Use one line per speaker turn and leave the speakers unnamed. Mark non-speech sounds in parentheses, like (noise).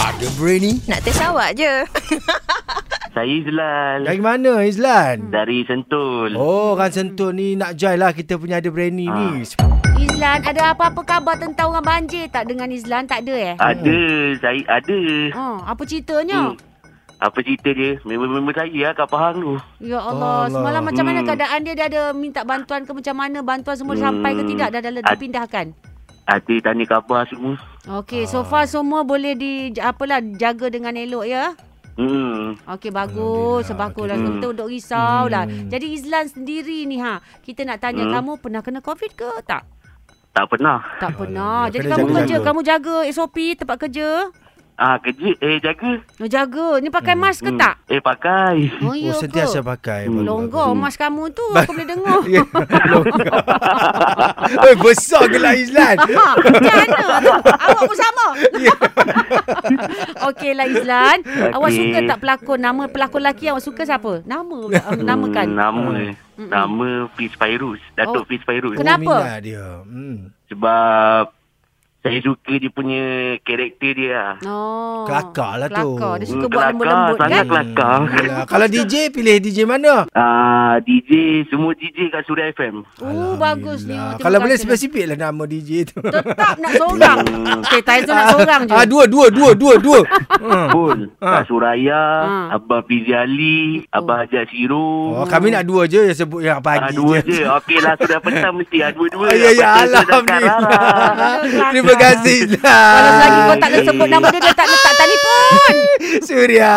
Ada berani
Nak test awak je.
Saya Izlan
Dari mana Izlan?
dari Sentul.
Oh orang sentuh ni nak join lah kita punya ada berani ni
Ah.
Oh,
Izlan, ada apa-apa khabar tentang orang banjir tak dengan Izlan? Tak ada eh?
Ada, saya ada.
Oh, apa ceritanya?
Hmm. Apa cerita dia? Member-member saya lah kat Pahang tu.
Ya Allah,
Allah.
semalam macam mana
Hmm.
keadaan dia? Dia ada minta bantuan ke macam mana? Bantuan semua
Hmm.
sampai ke tidak? Dah, dah, dah
Ad-
dipindahkan?
Ada tanya khabar semua. Ah.
Okey, so far semua boleh di apalah jaga dengan elok ya.
Hmm.
Okey, bagus. Sebab aku rasa
Hmm.
kita duk risau lah. Jadi Izlan sendiri ni ha, kita nak tanya
Hmm.
kamu pernah kena COVID ke tak?
Tak pernah.
Tak pernah.
dia
Jadi
kena
kamu
jaga-jaga.
kerja, kamu jaga SOP tempat kerja.
Ah kerja eh jaga.
Oh, jaga. Ni pakai mask ke
Hmm.
tak?
Eh pakai.
Oh
Oh, ya ke?
sentiasa pakai
Hmm.
Longgar mas kamu tu aku boleh dengar. (laughs)
Ya, longgar. (laughs) Eh besar gelak Izlan
Ha, macam mana? Awak pun sama.
Ya.
(laughs) Okeylah Izlan. Awak
Okey.
suka tak pelakon? Nama pelakon lelaki awak suka siapa? Nama pula. Ah, Nama kan?
Hmm, nama.
Mm-mm.
Nama Fiz Fairuz. Datuk
Oh.
Fiz Fairuz.
Kenapa?
Oh, minat dia hmm.
Sebab saya suka dia punya karakter dia lah.
Oh.
Kelakar lah tu.
Kelakar. Dia
Hmm,
suka buat
kelakar,
lembut-lembut kan?
sangat kelakar.
Yelah, hmm, Kalau DJ pilih DJ mana?
Ah, DJ, semua DJ kat Suria FM.
Oh, bagus ni.
Alhamdulillah.
Terima
Kalau boleh
kasih.
spesifik lah nama DJ tu
Tetap nak seorang.
Hmm.
Okay, Taizo
(laughs)
nak seorang je.
Ah, dua, dua, dua, dua, dua. Hmm.
Pun, Kak Suraya,
Ha.
Abah Fizi Ali, Abah Hajat Siro.
Oh, kami nak dua je yang sebut yang
Ah,
pagi
dua je. Okey lah, sudah petang mesti. Ah,
(laughs)
dua-dua.
Ah, ya, ya,
Apa tu, Zakaran.
Alhamdulillah.
Zakaran.
Terima kasih, Izlan.
Hmm.
Kalau lagi kau tak nak sebut nama dia, dia tak letak telefon.
Suria.